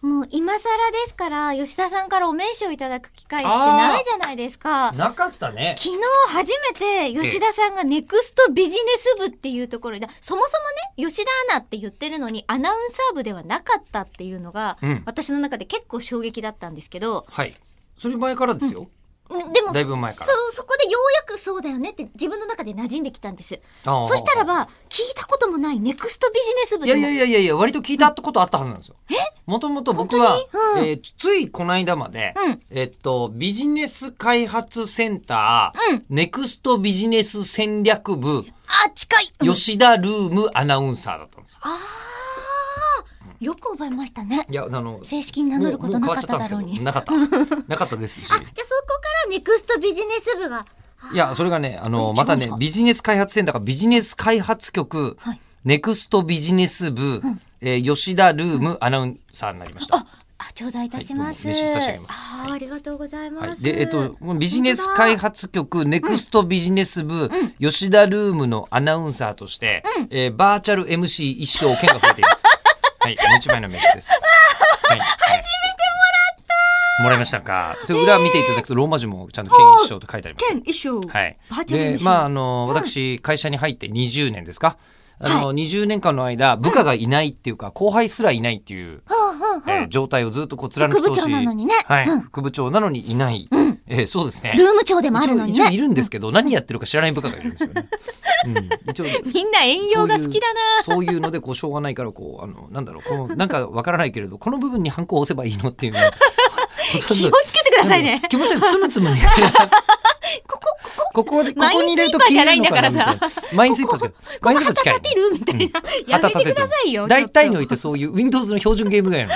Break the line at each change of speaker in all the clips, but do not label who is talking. もう今更ですから、吉田さんからお名刺をいただく機会ってないじゃないですか。
なかったね。
昨日初めて吉田さんがネクストビジネス部っていうところで、そもそもね、吉田アナって言ってるのにアナウンサー部ではなかったっていうのが、
うん
私の中で結構衝撃だったんですけど、
はい。それ前からですよ。
んでも、
だいぶ前から
そ、そこでようやくそうだよねって自分の中で馴染んできたんです。
ああ
そしたらば、聞いたこともないネクストビジネス部
い
で
や
も
いやいやいやいや、割と聞いたことあったはずなんですよ。もともと僕は
本、当にうん
えーついこの間まで、
うん
えっと、ビジネス開発センター、
うん
ネクストビジネス戦略部、
あ、近い、うん
吉田ルームアナウンサーだったんですよ。
ああ、よく覚えましたね。
いや、あの、
正式に名
も
乗
う
るこ
も
と
う
な
変
かっ
わっちゃった
た
んで
だ
すけ
ろ
ど
うに。
なか った。なかったですし
あ、。じゃあそこからネクストビジネス部が。
いや、それがね、あの、
うん
また
違う
ね
んです、か
ビジネス開発センターがビジネス開発局、
はい
ネクストビジネス部、えー吉田ルームアナウンサーになりました。
あ、あ頂戴いたします。
はいどうも名刺差し上げます
あー、ありがとうござい
は
ま
い、
す。
で、えっと、このビジネス開発局、ネクストビジネス部、吉田ルームのアナウンサーとして、えーバーチャル MC 一生剣が増えてい ます。はい、もう一枚の名刺です。はい、初めてもらったもらいましたか。それ裏見ていただくと、ローマ字もちゃんと剣一生と書いてあります。
県一緒。
はい
バー。チャル
で、
MC
まあ、あの、私、会社に入って20年ですか。あの、20年間の間、部下がいないっていうか、後輩すらいないっていう、
うんうんうん。
えー状態をずっとこう貫く
副部長なのにね
はい。
うん
副部長なのにいない。えーそうですね。
ルーム長でもあるのに
一応一応い
ね。
るんですけど、何やってるか知らない部下がいるんですよね。うん、 一応。
みんな遠用が好きだな。
そういうそういうのでこうしょうがないからこうあのなんだろうこのなんかわからないけれどこの部分にハンコを押せばいいのっていうのを
気をつけてくださいね。
気持ちがつむつむね
ここ、こ
ここで、こ
マイン
こに入れると消えるのかなみたいな。マインスイッパーじゃマインスイッパー近い
立てるみたいな。や
旗
め
立
て
て
くださいよ。
大体にお
ちょ
いてそういう Windows の標準ゲームぐらいの。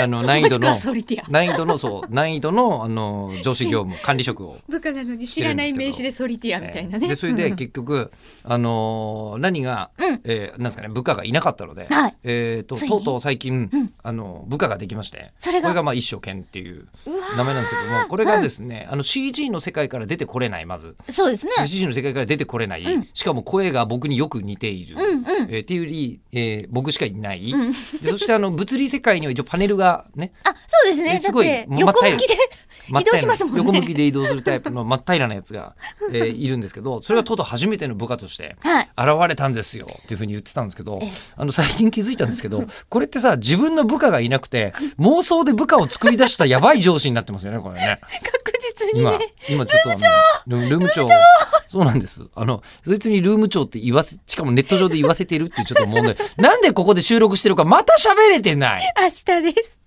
あ の、難易
も
度
しく
の
はソリティ、ア
難易度の、そう、難易度の、あの、上司業務、管理職
っ
を。
と部下なのに知らない名刺でソリティアみたいなね。
で、それで結局、あのー、何が
うん、
えー、なんですかね、部下がいなかったので
はい、
えーと、
ついに
とうとう最近
うん、
あの、部下ができまして、
それが
これがまあ一生懸っていう
うわー
名前なんですけども、これがですね、あの、CG の世界から出てこれない、まず。
そうですね。
CG の世界から出てこれない、しかも声が僕によく似ている、
うんうん
えーっていうより、えー僕しかいない、でそしてあの物理世界には一応パネルがね
あ、そうですね。
え
だ
す
っ
ごい
て
ま
横向きで
真 っ
移動しますもんね。
平らな横向きで移動するタイプの真っ平らなや つが、えーいるんですけどそれがとうとう初めての部下として
はい
現れたんですよっていうふうに言ってたんですけど
ええ
あの最近気づいたんですけどこれってさ自分の部下がいなくて妄想で部下を作り出したやばい上司になってますよねこれね。
確実に
今
ね。、
今ちょっとあの、ルーム長、そうなんです。あの、そいつにルーム長って言わせ、しかもネット上で言わせてるっていうちょっと問題。なんでここで収録してるか、また喋れてない。
明日です。